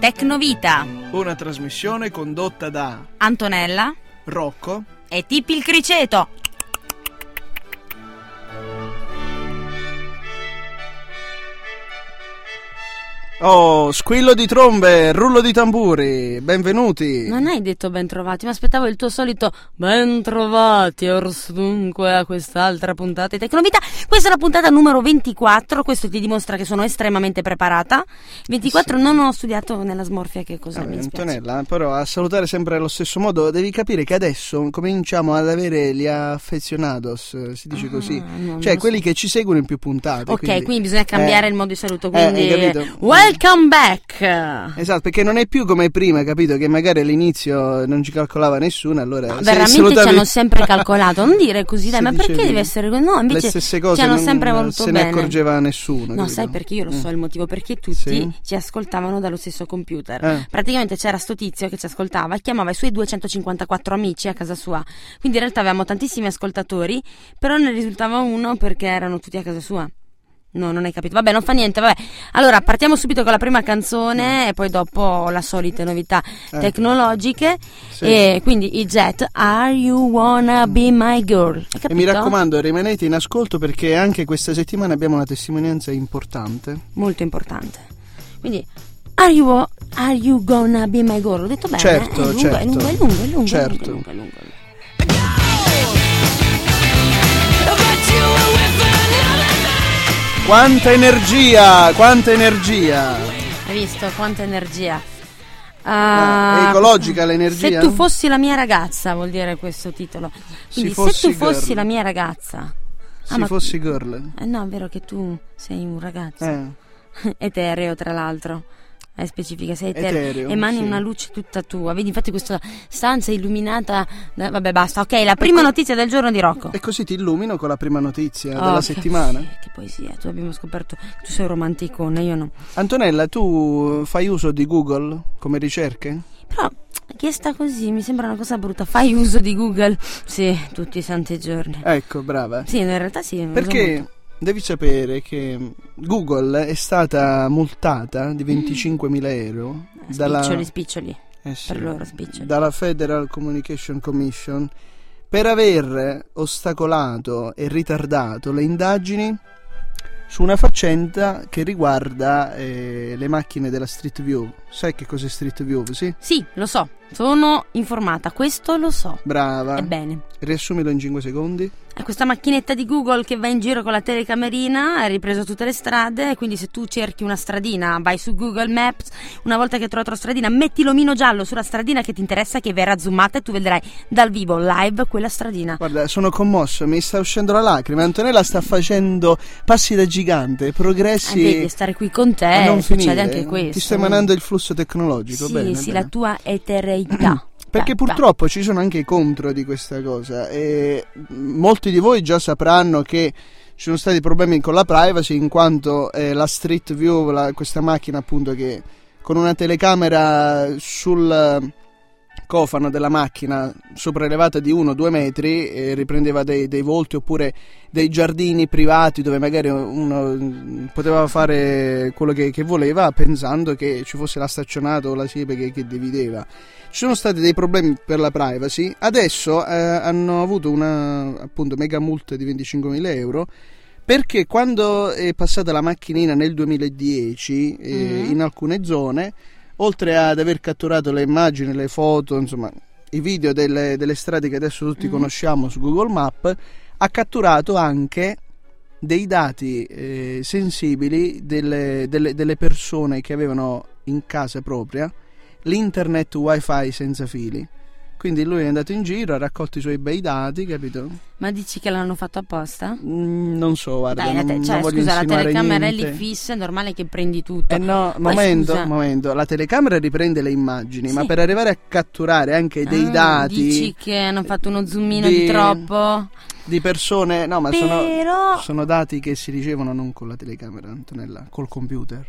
Tecnovita, Una trasmissione condotta da Antonella Rocco. e Tippi il Criceto. Oh, squillo di trombe, rullo di tamburi, benvenuti. Non hai detto bentrovati, ma aspettavo il tuo solito bentrovati ors dunque a quest'altra puntata di Tecnovita. Questa è la puntata numero 24, questo ti dimostra che sono estremamente preparata. 24 non ho studiato nella smorfia che cosa Eh, mi dispiace. Antonella, però a salutare sempre allo stesso modo, devi capire che adesso cominciamo ad avere gli affezionados, eh, si dice Ah, così, non cioè lo quelli che ci seguono in più puntate. Ok, quindi, bisogna cambiare eh, il modo di saluto, eh, quindi hai capito? welcome back. Esatto, perché non è più come prima, capito? Che magari all'inizio non ci calcolava nessuno, allora... se Veramente ci salutavi- hanno sempre calcolato, non dire così, dai, Si ma perché dicevi deve essere così? No, invece le stesse cose ci hanno non sempre voluto se bene. ne accorgeva nessuno. No, capito? sai perché io lo Mm. so il motivo, perché tutti Sì? ci ascoltavano dallo stesso computer. Eh. Praticamente c'era sto tizio che ci ascoltava e chiamava i suoi 254 amici a casa sua. Quindi in realtà avevamo tantissimi ascoltatori, però ne risultava uno perché erano tutti a casa sua. No, non hai capito. Vabbè, non fa niente, vabbè. Allora, partiamo subito con la prima canzone e poi dopo la solite novità Mm. Eh. tecnologiche. Sì. E quindi i Jet, Are You Wanna Be My Girl? Hai E mi capito? raccomando, rimanete in ascolto perché anche questa settimana abbiamo una testimonianza importante. molto importante. Quindi, are you, are you gonna be my girl? Ho detto bene. Certo, eh? è lungo, certo. È lungo, è lungo, è lungo. Certo. È lungo, è lungo, è lungo. Quanta energia! Quanta energia! Hai visto quanta energia? Ah, Eh, è ecologica l'energia? Se tu fossi la mia ragazza, vuol dire questo titolo. Quindi, se, fossi tu fossi girl. la mia ragazza. Se Ah, ma- fossi girl. Eh no, è vero che tu sei un ragazzo. Eh, Etereo, tra l'altro. È specifica, sei etereo. Etereo, Emani sì. una luce tutta tua. Vedi, infatti, questa stanza è illuminata. da- Vabbè, basta. Ok, la prima Ecco. notizia del giorno di Rocco. E così ti illumino con la prima notizia Oh, Eh, della che- settimana. Che poesia, tu abbiamo scoperto. Tu sei un romanticone, io no. Antonella, tu fai uso di Google come ricerche? Però, chiesta così, mi sembra una cosa brutta. Fai uso di Google? Sì, tutti i santi giorni. Ecco, brava. Sì, in realtà sì. lo uso molto. Perché devi sapere che Google è stata multata Mm. di 25.000 euro dalla, Spiccioli, spiccioli. eh sì, Eh, Per loro spiccioli. dalla Federal Communication Commission per aver ostacolato e ritardato le indagini su una faccenda che riguarda eh, le macchine della Street View. Sai che cos'è Street View, sì? Sì, lo so. Sono informata, questo lo so. Brava. Ebbene. Riassumilo in 5 secondi. È questa macchinetta di Google che va in giro con la telecamerina, ha ripreso tutte le strade, quindi se tu cerchi una stradina vai su Google Maps, una volta che hai trovato la stradina metti l'omino giallo sulla stradina che ti interessa che verrà zoomata e tu vedrai dal vivo, live, quella stradina. Guarda, sono commosso, mi sta uscendo la lacrima. Antonella sta facendo passi da gigante, Eh, vedi, progressi stare qui con a te non succede finire. anche questo. eh. Ti sta emanando il flusso tecnologico, Sì, bene, sì, bene. Mm. la tua etereità. Perché purtroppo ci sono anche i contro di questa cosa e molti di voi già sapranno che ci sono stati problemi con la privacy in quanto eh, la Street View, la- questa macchina appunto che con una telecamera sul cofano della macchina sopraelevata di 1-2 metri eh, riprendeva dei, dei volti oppure dei giardini privati dove magari uno mm, poteva fare quello che, che voleva pensando che ci fosse la staccionata o la siepe che, che divideva ci sono stati dei problemi per la privacy. Adesso eh, hanno avuto una appunto mega multa di 25.000 euro perché quando è passata la macchinina nel 2010 eh, Mhm. in alcune zone, oltre ad aver catturato le immagini, le foto, insomma i video delle, delle strade che adesso tutti Mhm. conosciamo su Google Maps, ha catturato anche dei dati eh, sensibili delle, delle- delle persone che avevano in casa propria l'internet wifi senza fili. Quindi lui è andato in giro, ha raccolto i suoi bei dati, capito? Ma dici che l'hanno fatto apposta? Mm, non so, guarda, Dai, la non, te- cioè, non voglio scusa, la insinuare telecamera niente. è lì fissa, è normale che prendi tutto. Eh no, Poi, momento, scusa. momento, la telecamera riprende le immagini, Sì. ma per arrivare a catturare anche dei Ah, dati Dici che hanno fatto uno zoomino di- di troppo. di persone, no, ma sono, Però. sono dati che si ricevono non con la telecamera, Antonella, col computer.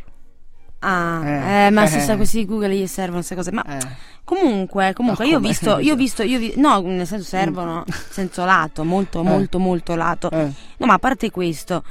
Ah, Eh. eh, ma se Eh. sa questi Google gli servono queste cose. Ma Eh. comunque, comunque, Ma io ho come? Mm. visto, io ho visto, io ho vi- no, nel senso servono, senso lato, molto, Eh. molto, molto lato. Eh. No, ma a parte questo,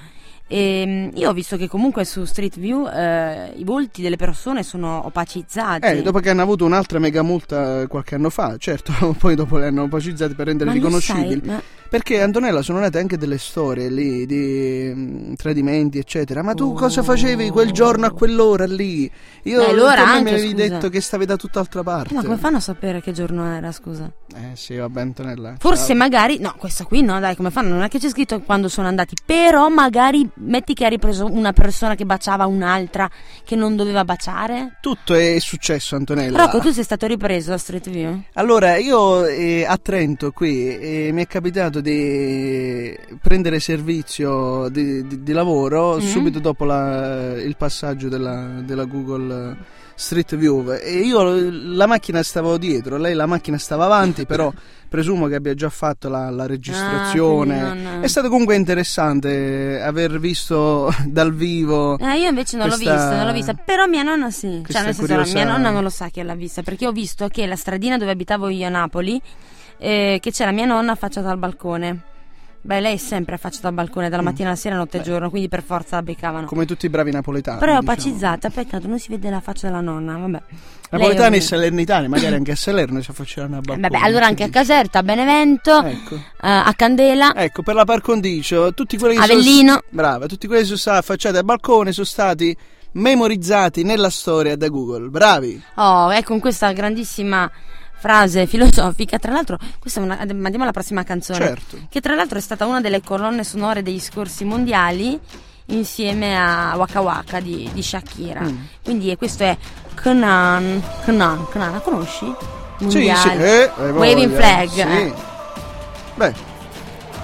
ehm, io ho visto che comunque su Street View eh, i volti delle persone sono opacizzati. Eh, dopo che hanno avuto un'altra mega multa eh, qualche anno fa, certo, poi dopo le hanno opacizzate per rendere Ma non riconoscibili. sai, ma- eh, Perché Antonella sono nate anche delle storie lì di mm, tradimenti, eccetera. Ma tu Oh. cosa facevi quel giorno a quell'ora lì? Io Beh, allora tu a me mi anche, avevi scusa. Eh, detto che stavi da tutt'altra parte. Ma come fanno a sapere che giorno era, scusa? Eh sì, vabbè, Antonella. Forse Ciao. magari, no, questa qui no, dai, come fanno? Non è che c'è scritto quando sono andati, però magari metti che ha ripreso una persona che baciava un'altra che non doveva baciare. tutto è successo, Antonella. Rocco, tu sei stato ripreso a Street View? Allora, io eh, a Trento qui eh, mi è capitato di prendere servizio di, di- di lavoro Mm. subito dopo la- il passaggio della, della Google Street View e io la macchina stavo dietro, lei la macchina stava avanti, però presumo che abbia già fatto la, la registrazione. Eh, Ah, quindi non- È stato comunque interessante aver visto dal vivo Eh, io invece non Questa- l'ho vista, non l'ho vista, però mia nonna sì. questa Cioè, nel senso, curiosa- mia nonna non lo sa che l'ha vista, perché ho visto che la stradina dove abitavo io a Napoli, eh, che c'era mia nonna affacciata al balcone. Beh, lei è sempre affacciata al balcone, dalla Mm. mattina alla sera, notte e Beh. giorno, quindi per forza la beccavano. come tutti i bravi napoletani. Però è diciamo. opacizzata, peccato, non si vede la faccia della nonna, vabbè. Napoletani Lei- e salernitani, magari anche a Salerno si affacceranno a balcone. Vabbè, allora anche a Quindi- Caserta, a Benevento, Ecco. eh, a Candela, Ecco, per la par condicio, tutti quelli che sono Avellino. Brava, tutti quelli che sono stati affacciati al balcone sono stati memorizzati nella storia da Google. Bravi. Oh, e con questa grandissima frase filosofica, tra l'altro, questa è una, andiamo alla prossima canzone. Certo. Che tra l'altro è stata una delle colonne sonore degli scorsi mondiali insieme a Waka Waka di, di Shakira. Mm. Quindi eh, questo è Knan, Knan, Knan, la conosci? Sì, Mondiali. sì. Eh, hai voglia. Waving flag. Sì. eh. Beh.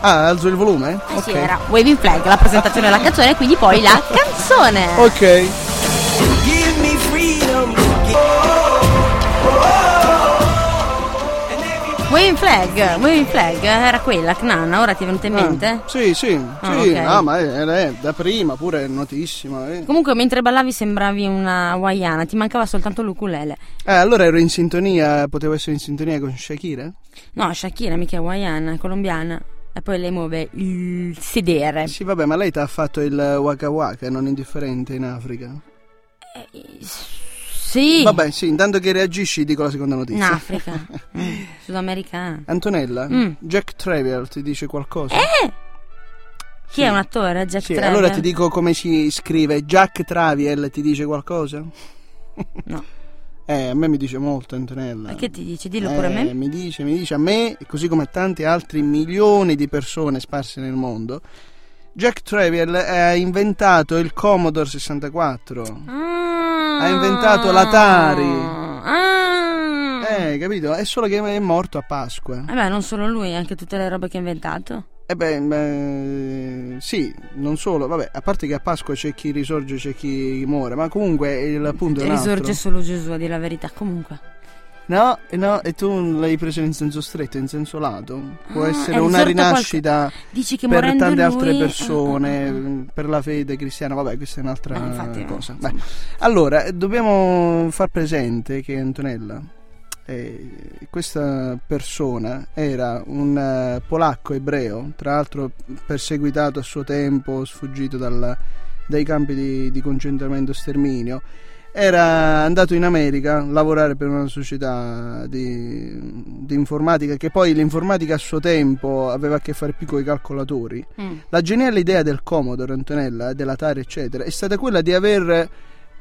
Ah, alzo il volume? Eh ok. sì, era Waving Flag, la presentazione della canzone e quindi poi la canzone. Ok. Give me freedom. Waving Flag, Waving Flag, eh, era quella, Knan, ora ti è venuta in mente? Ah, sì, sì. Ah, sì. ok. Ah, ma era eh, da prima, pure è notissima. eh. Comunque, mentre ballavi sembravi una hawaiana, ti mancava soltanto l'ukulele. Eh, allora ero in sintonia, potevo essere in sintonia con Shakira? No, Shakira mica è hawaiana, è colombiana. E poi lei muove il sedere. Sì, vabbè, ma lei ti ha fatto il waka waka, non indifferente in Africa. Eh, Sì, Vabbè, sì, intanto che reagisci dico la seconda in notizia. Africa, Mm, sudamericana. Antonella, Mm. Jack Travel ti dice qualcosa? Eh! Chi è un attore? Jack sì, Trevor? allora ti dico come si scrive. Jack Travel ti dice qualcosa? No. Eh, a me mi dice molto Antonella. E Che ti dici? Dillo pure a Eh, me. Mi dice, mi dice a me, così come a tanti altri milioni di persone sparse nel mondo, Jack Travel ha inventato il Commodore 64. Ah. ha inventato l'Atari. Ah. Eh, capito? È solo che è morto a Pasqua. Vabbè, non solo lui, anche tutte le robe che ha inventato. Eh beh, beh, sì, non solo, vabbè, a parte che a Pasqua c'è chi risorge, c'è chi muore, ma comunque il punto è un altro. Mm, Risorge solo Gesù, a dire la verità. Comunque. No, eh no, e tu l'hai preso in senso stretto, in senso lato. Può Ah, essere è una risorto rinascita Dici che per morendo tante altre lui- persone, Ah, ah, mh, per la fede cristiana, vabbè, questa è un'altra Eh, infatti, eh, cosa. insomma. Beh, allora, eh, dobbiamo far presente che Antonella, eh, questa persona era un eh, polacco ebreo, tra l'altro perseguitato a suo tempo, sfuggito dal- dai campi di, di concentramento e sterminio. Era andato in America a lavorare per una società di, di informatica che poi l'informatica a suo tempo aveva a che fare più con i calcolatori. ah. Mm. La geniale idea del Commodore, Antonella, dell'Atari, eccetera, è stata quella di aver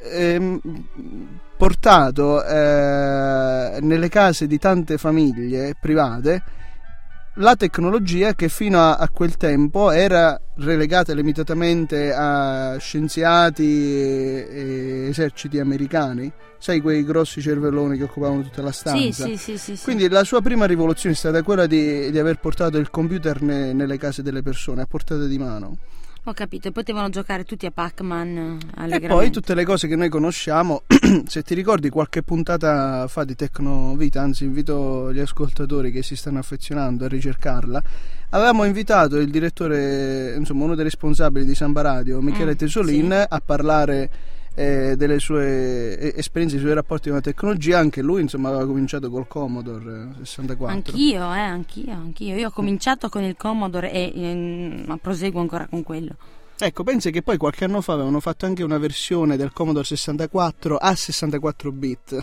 ehm, portato eh, nelle case di tante famiglie private la tecnologia che fino a, a quel tempo era relegata limitatamente a scienziati e, e eserciti americani, sai quei grossi cervelloni che occupavano tutta la stanza. Sì, sì, sì, sì, sì. Quindi la sua prima rivoluzione è stata quella di, di aver portato il computer ne- nelle case delle persone, a portata di mano. Ho capito, e potevano giocare tutti a Pac-Man eh, E allegramente. poi tutte le cose che noi conosciamo, se ti ricordi qualche puntata fa di Tecnovita, anzi invito gli ascoltatori che si stanno affezionando a ricercarla, avevamo invitato il direttore, insomma uno dei responsabili di Samba Radio, Michele Mm, Tesolin, a parlare eh, eh, delle sue eh, esperienze, dei suoi rapporti con la tecnologia. Anche lui, insomma, aveva cominciato col Commodore eh, 64. Anch'io, eh, anch'io, anch'io. Io ho cominciato con il Commodore e ehm, ma proseguo ancora con quello. Ecco, pensi che poi qualche anno fa avevano fatto anche una versione del Commodore 64 a 64 bit.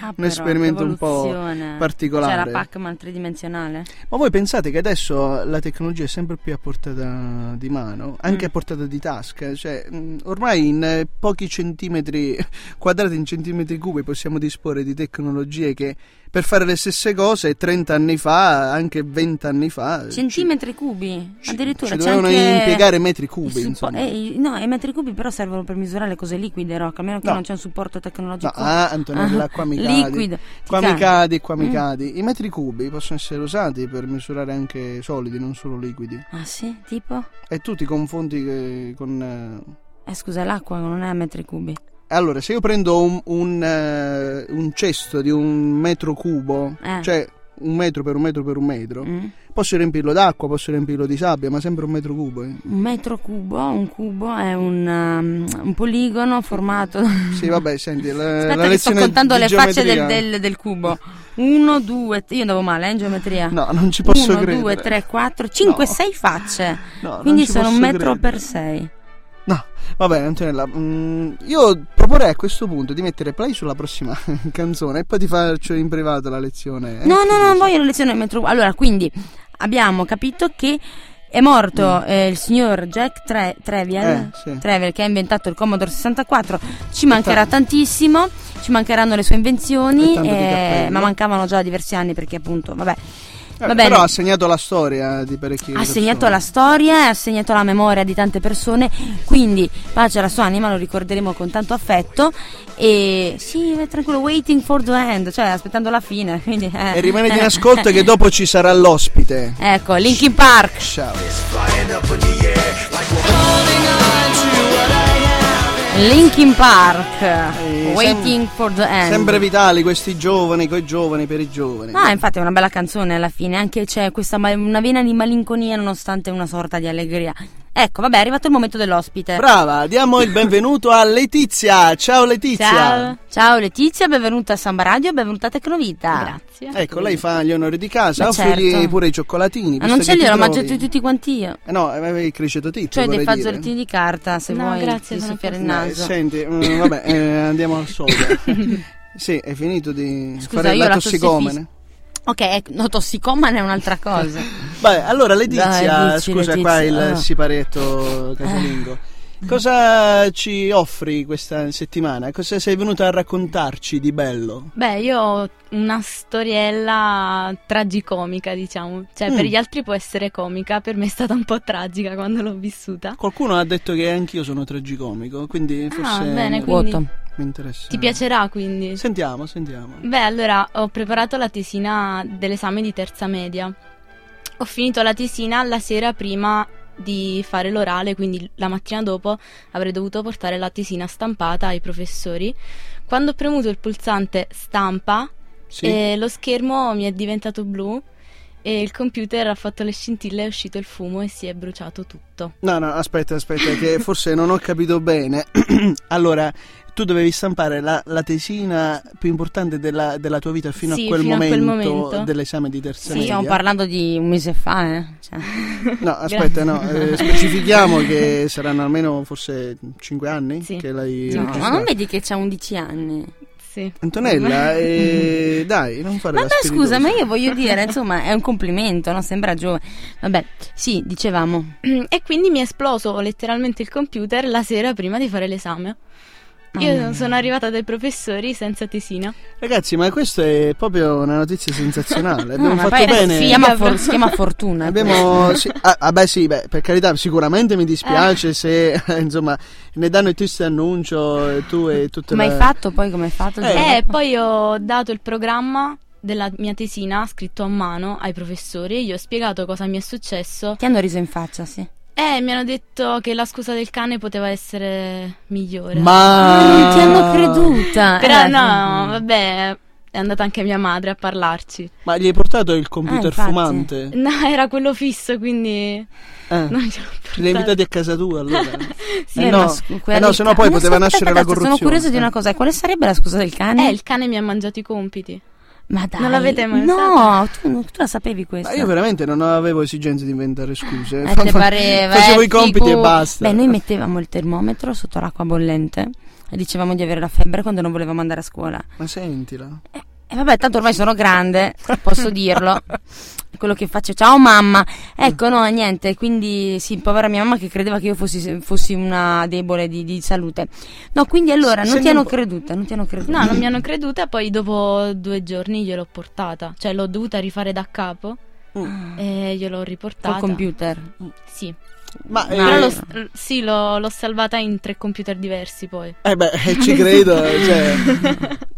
Ah, Un esperimento un po' evoluzione. particolare. Eh, C'era Pac-Man tridimensionale. Ma voi pensate che adesso la tecnologia è sempre più a portata di mano, anche Mm. a portata di tasca? Cioè, mh, ormai in eh, pochi centimetri quadrati, in centimetri cubi, possiamo disporre di tecnologie che per fare le stesse cose 30 anni fa, anche 20 anni fa, Centimetri cubi, ci- addirittura ci c'è dovevano anche impiegare metri il cubi. suppo- insomma. eh, i- no, i metri cubi però servono per misurare le cose liquide, Rock, a meno che No. non c'è un supporto No, tecnologico ah, Antonella, qua mi cadi. liquido. Qua Ti mi cadi. cadi, qua mi Mm. cadi. I metri cubi possono essere usati per misurare anche solidi, non solo liquidi. Ah sì, tipo? E tu ti confondi eh, con... eh, Eh scusa, l'acqua non è a metri cubi. Allora, se io prendo un, un, eh, un cesto di un metro cubo, Eh. cioè un metro per un metro per un metro, Mm? posso riempirlo d'acqua, posso riempirlo di sabbia, ma sempre un metro cubo. eh. Un metro cubo, un cubo è un, um, un poligono formato... Sì, vabbè, senti, la, Aspetta la che sto lezione contando di le facce del, geometria- del- del cubo. Uno, due, tre- io andavo male eh, in geometria. No, non ci posso 1, credere. 2, 3, 4, 5, No. 6 facce. No, non Quindi ci sono un posso metro credere. Eh, per 6. Vabbè, Antonella, mm, io proporrei a questo punto di mettere play sulla prossima canzone e poi ti faccio in privato la lezione. eh. No, no, no, non voglio la lezione del metro. Allora, quindi abbiamo capito che è morto eh, il signor Jack Tre- Treviel. Mm. Eh, sì. Treviel che ha inventato il Commodore 64. Ci mancherà tantissimo, ci mancheranno le sue invenzioni, E tanto di eh, cappello. ma mancavano già diversi anni perché appunto, vabbè. Eh, va bene. però ha segnato la storia di parecchi. Ha segnato la storia, ha segnato la memoria di tante persone, quindi pace alla sua anima, lo ricorderemo con tanto affetto e sì, vai tranquillo, waiting for the end, cioè aspettando la fine. Quindi, eh. E rimanete in ascolto che dopo ci sarà l'ospite. Ecco, Linkin Park. Ciao. Eh, Linkin Park, Eh, sem- waiting for the end. Sempre vitali questi giovani, coi giovani, per i giovani. No, infatti è una bella canzone alla fine, anche c'è questa ma- una vena di malinconia nonostante una sorta di allegria. Ecco, vabbè, è arrivato il momento dell'ospite. Brava, diamo il benvenuto a Letizia. Ciao Letizia. Ciao. Ciao Letizia, benvenuta a Samba Radio, benvenuta a Tecnovita. Grazie. Ecco, lei fa gli onori di casa, Ma offrigli certo. pure i cioccolatini. Ma non ce ce li ho, mangiati tutti quanti io. Eh no, avevi il criceto tizio. Cioè dei vorrei dire. fazzolettini di carta, se No, vuoi grazie, ti sono soffiare il così. Eh, naso. senti, mm, vabbè, eh, andiamo al sole. sì, è finito di Scusa, fare io la la tossicomane. Ok, ecco, no, tossicomane è un'altra cosa. Beh, allora Letizia, Dai, dici, scusa Letizia. qua il Ah. Eh. siparetto casalingo. Cosa ci offri questa settimana? Cosa sei venuta a raccontarci di bello? Beh, io ho una storiella tragicomica, diciamo. Cioè, Mm. per gli altri può essere comica, per me è stata un po' tragica quando l'ho vissuta. Qualcuno ha detto che anch'io sono tragicomico, Ah, quindi forse bene, quindi- Vuoto. mi interessa. Ti piacerà, quindi? Sentiamo, sentiamo. Beh, allora ho preparato la tesina dell'esame di terza media. Ho finito la tesina la sera prima di fare l'orale, quindi la mattina dopo avrei dovuto portare la tesina stampata ai professori. Quando ho premuto il pulsante stampa, Sì. Eh, E lo schermo mi è diventato blu e il computer ha fatto le scintille, è uscito il fumo e si è bruciato tutto. No, no, aspetta, aspetta, che forse non ho capito bene. allora, tu dovevi stampare la, la tesina più importante della, della tua vita fino, Sì, a, quel fino a quel momento. dell'esame di terza Sì, media. stiamo parlando di un mese fa, eh. Cioè, No, aspetta, no, eh, specifichiamo che saranno almeno forse 5 anni Sì. che l'hai Sì. no, registrata. diciamo, ma non vedi che c'ha 11 anni? Sì. Antonella, eh, dai, non fare Ma la no, scusa, spiritosa. ma io voglio dire, insomma, è un complimento, no? Sembra giovane. Vabbè, sì, dicevamo. E quindi mi è esploso letteralmente il computer la sera prima di fare l'esame. Mamma Io mia. sono arrivata dai professori senza tesina. Ragazzi, ma questa è proprio una notizia sensazionale. No, Abbiamo ma fatto Ah, poi Si bene. chiama, for- si chiama fortuna. Abbiamo, sì, ah, ah, beh, sì, beh, per carità, sicuramente mi dispiace se eh, insomma ne danno il triste annuncio eh, tu e tutte Come le hai fatto poi? Come hai fatto? Eh. E poi ho dato il programma della mia tesina scritto a mano ai professori e gli ho spiegato cosa mi è successo. Ti hanno riso in faccia, sì. E mi hanno detto che la scusa del cane poteva essere migliore. Ma Ah, Non ti hanno creduta. Però Eh, no, vabbè, è andata anche mia madre a parlarci. Ma gli hai portato il computer Eh, infatti. fumante? No, era quello fisso, quindi Eh. non ce Li l'ho hai portata. invitati a casa tua allora? Sì, Eh Beh, no. ma scu- quella no, del sennò poi cane- poteva aspetta, nascere la aspetta, corruzione. Eh. Sono curiosa di una cosa, quale sarebbe la scusa del cane? Eh, il cane mi ha mangiato i compiti. ma dai. non l'avete mai No, tu, tu la sapevi questa. Ma io veramente non avevo esigenza di inventare scuse. Eh, te pareva, Facevo eh, i compiti figu- e basta. Beh, noi mettevamo il termometro sotto l'acqua bollente e dicevamo di avere la febbre quando non volevamo andare a scuola. Ma sentila. E vabbè, tanto ormai sono grande, posso dirlo. Quello che faccio, ciao mamma. Ecco, no, niente. Quindi, sì, povera mia mamma che credeva che io fossi, fossi una debole di, di salute. No, quindi allora non Senti ti un hanno po'. creduta, non ti hanno creduta. No, non mi hanno creduta, poi dopo due giorni gliel'ho portata. Cioè, l'ho dovuta rifare da capo e gliel'ho riportata. Mm. Col computer. Mm, Ah, Sì. Ma eh, Però No. l'ho, l- sì, l'ho, l'ho salvata in tre computer diversi poi. eh beh, eh, ci credo. cioè,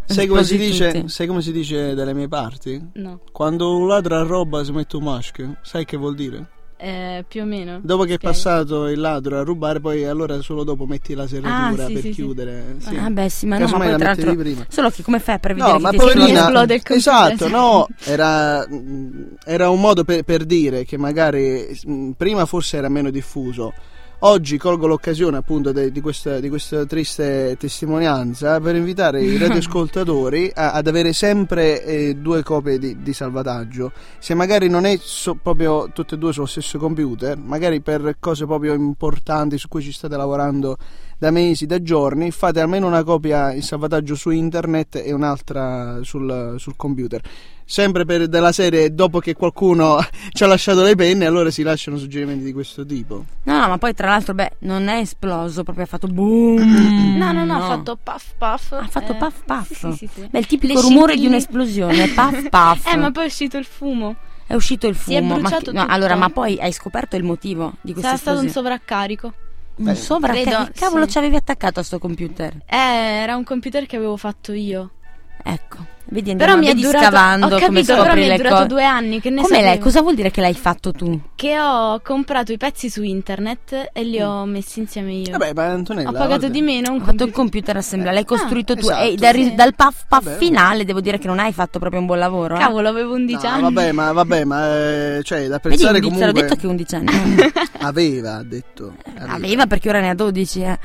sai, come si Esplosi dice, tutti. sai come si dice dalle mie parti? No, Quando un ladro arroba si mette un maschio, sai che vuol dire? eh, più o meno. Dopo che è Spiega. passato il ladro a rubare, poi allora solo dopo metti la serratura Ah, sì, per sì, sì. chiudere. Sì. Ah, beh, sì, ma no, ma Casomai poi la tra mettevi l'altro. prima. Solo che come fai a prevedere No, che ma ti esplode? poverina- poverina, esplode il computer. esatto, no, era, mh, era un modo per, per dire che magari mh, prima forse era meno diffuso. Oggi colgo l'occasione appunto de- di, questa, di questa triste testimonianza per invitare i radioascoltatori a- ad avere sempre eh, due copie di, di salvataggio. Se magari non è so- proprio tutte e due sullo stesso computer, magari per cose proprio importanti su cui ci state lavorando da mesi, da giorni, fate almeno una copia in salvataggio su internet e un'altra sul, sul computer. Sempre per della serie, dopo che qualcuno ci ha lasciato le penne, allora si lasciano suggerimenti di questo tipo. No, no, ma poi tra l'altro, beh, non è esploso, proprio ha fatto Mm. boom. No, no, no, ha fatto puff puff. Eh, Ha fatto puff, puff. Sì, sì, sì. sì. Beh, il tipico Le rumore di scintille. un'esplosione, puff puff. Eh, ma poi è uscito il fumo. È uscito il fumo. Si è ma bruciato che- no, tutto. allora, ma poi hai scoperto il motivo di questa Sarà stato un esplosione? sovraccarico. Un sovra- credo, che cavolo sì. ci avevi attaccato a sto computer? Eh, era un computer che avevo fatto io. Ecco, vedi andiamo Però mi è vedi durato. scavando ho come capito, scopri però mi le è durato cose. due anni. Che ne Come lei? sapevo? Cosa vuol dire che l'hai fatto tu? Che ho comprato i pezzi su internet e li ho messi insieme io. Vabbè, ma Antonella. ho pagato guarda, di meno Ho un fatto il computer. computer assemblea, l'hai costruito tu esatto, e dal, ri- Ah, sì. dal puff puff Vabbè. finale devo dire che non hai fatto proprio un buon lavoro. eh. Cavolo, avevo 11 No, anni. vabbè, ma vabbè, ma eh, cioè, da Vedi, apprezzare Indizio, l'ho comunque detto che 11 anni. aveva ha detto. Aveva Ah, perché ora ne ha 12. eh.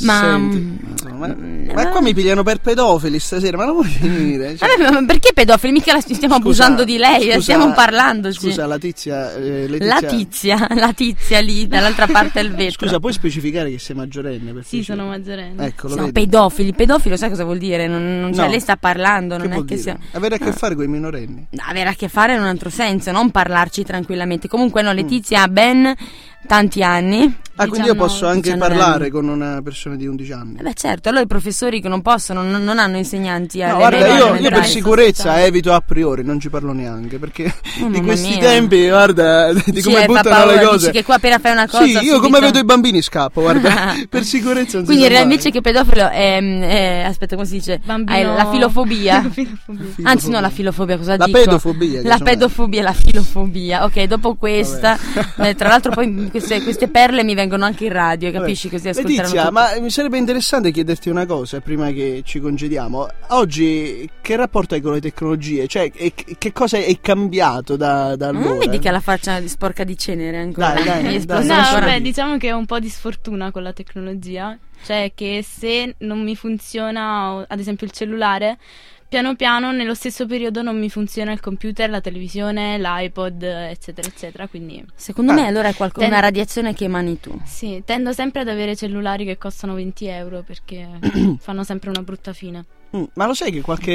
Ma, mm, Senti, insomma, ma, ma qua mi pigliano per pedofili stasera, ma non vuoi finire? Cioè, Vabbè, ma perché pedofili? Mica la stiamo abusando di lei, eh, scusa- stiamo parlandoci. Scusa, la tizia. eh, La Letizia- tizia, la tizia lì dall'altra parte del vetro. Scusa, puoi specificare che sei maggiorenne? Per Sì, piacere? sono maggiorenne. Ecco, lo No, vedi? pedofili, pedofilo sai cosa vuol dire? Non, non- cioè, No. lei sta parlando, non che è vuol che dire? sia... Ah. Avere a che No. fare con i minorenni. No, avere a che fare in un altro senso, non parlarci tranquillamente. Comunque Mm. no, Letizia ha ben tanti anni. Eh Ah, quindi Diciamo io posso 19, anche 19 parlare con una persona di 11 anni. Eh Beh certo, allora i professori che non possono, non, non hanno insegnanti eh, alle No, guarda, alle io, io per elementari. sicurezza evito a priori, non ci parlo neanche, perché di Oh, mamma questi mia. tempi, guarda, di Sì, come eh, fa buttano paura, le dici cose. che qua appena fai una cosa Sì, io subito- come vedo i bambini scappo, guarda, per sicurezza non si Quindi sa in realtà mai. invece che pedofilo è, mm, è- aspetta come si dice? Bambino- Hai la filofobia. Filofobia. Anzi no, la filofobia, cosa La dico? pedofobia, diciamo. che La sono- pedofobia e la filofobia. Ok, dopo questa, eh, tra l'altro poi mm, queste, queste perle mi vengono anche in radio, Vabbè. "Ah, capisci? Così ascolteranno Letizia, tutti. ma mi sarebbe interessante chiederti una cosa prima che ci congediamo. Oggi che rapporto hai con le tecnologie? Cioè, e- che cosa è cambiato da, da Ma allora? Non Mm, vedi che ha la faccia di- sporca di cenere ancora? Dai, dai, Mi dai. esplode No, sono ancora. vabbè, sicuro. diciamo che ho un po' di sfortuna con la tecnologia. Cioè, che se non mi funziona, o- ad esempio, il cellulare, piano piano nello stesso periodo non mi funziona il computer, la televisione, l'iPod, eccetera, eccetera. Quindi, Secondo Ah. me allora è qualco- Ten- una radiazione che emani tu. sì, tendo sempre ad avere cellulari che costano 20 euro perché fanno sempre una brutta fine. Mm, Ma lo sai che qualche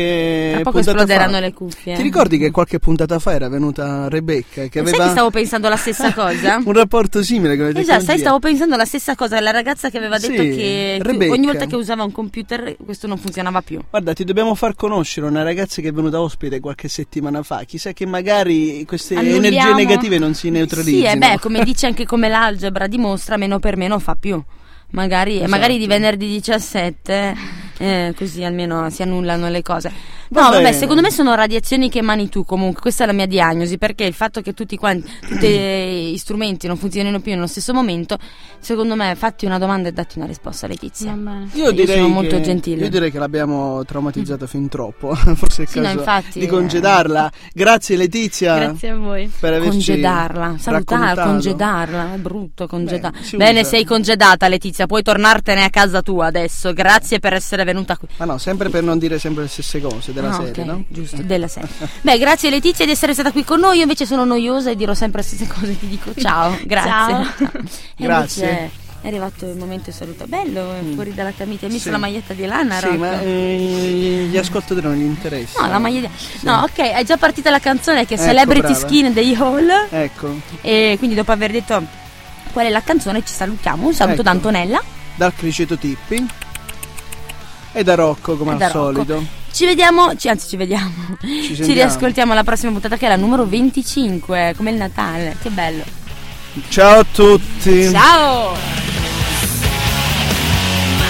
Tra poco Eh, puntata esploderanno fa... le cuffie. eh. Ti ricordi che qualche puntata fa era venuta Rebecca che Sai aveva che stavo pensando la stessa cosa? un rapporto simile con le tecnologie? Esatto, sai, stavo pensando la stessa cosa, la ragazza che aveva Sì, detto che chi- Rebecca. ogni volta che usava un computer questo non funzionava più. Guarda, ti dobbiamo far conoscere una ragazza che è venuta ospite qualche settimana fa. Chissà che magari queste Annulliamo. energie negative non si neutralizzino. Sì, e beh, come dice anche come l'algebra dimostra, meno per meno fa più. Magari, e magari di Esatto. venerdì 17 Eh, così almeno si annullano le cose. Va No, vabbè, bene. secondo me sono radiazioni che emani tu comunque, questa è la mia diagnosi, perché il fatto che tutti quanti, tutti gli strumenti non funzionino più nello stesso momento, secondo me fatti una domanda e datti una risposta, Letizia. Va bene. Io Io direi, sono che, molto gentile. io direi che l'abbiamo traumatizzata fin troppo. Forse è il Sì, no, caso infatti, di congedarla. Grazie Letizia Grazie a voi. per averci Congedarla, salutarla, raccontato. congedarla, è brutto congedarla. Beh, si Bene, usa. sei congedata Letizia, puoi tornartene a casa tua adesso. Grazie per essere venuta qui. Ma no, sempre per non dire sempre le stesse cose della Ah, serie, ok, no? Eh. Giusto, della serie. Beh, grazie Letizia di essere stata qui con noi. Io invece sono noiosa e dirò sempre le stesse cose. Ti dico ciao, grazie. Ciao. E Grazie. Mm. invece È arrivato il momento e saluto. Bello, eh, fuori dalla camicia. Hai messo Sì. la maglietta di lana, Sì, Rocco? ma eh, gli ascoltatori non gli interessa. No, la maglietta. No, ok, è già partita la canzone che è Ecco, Celebrity brava. Skin dei Hall. Ecco, E quindi dopo aver detto qual è la canzone ci salutiamo. Un saluto Ecco. da Antonella. dal Criceto Tippi e da Rocco come E al da Rocco. solito. Ci vediamo, ci- anzi ci vediamo. Ci, sentiamo. riascoltiamo alla prossima puntata che è la numero 25, come il Natale. Che bello. Ciao a tutti. Ciao!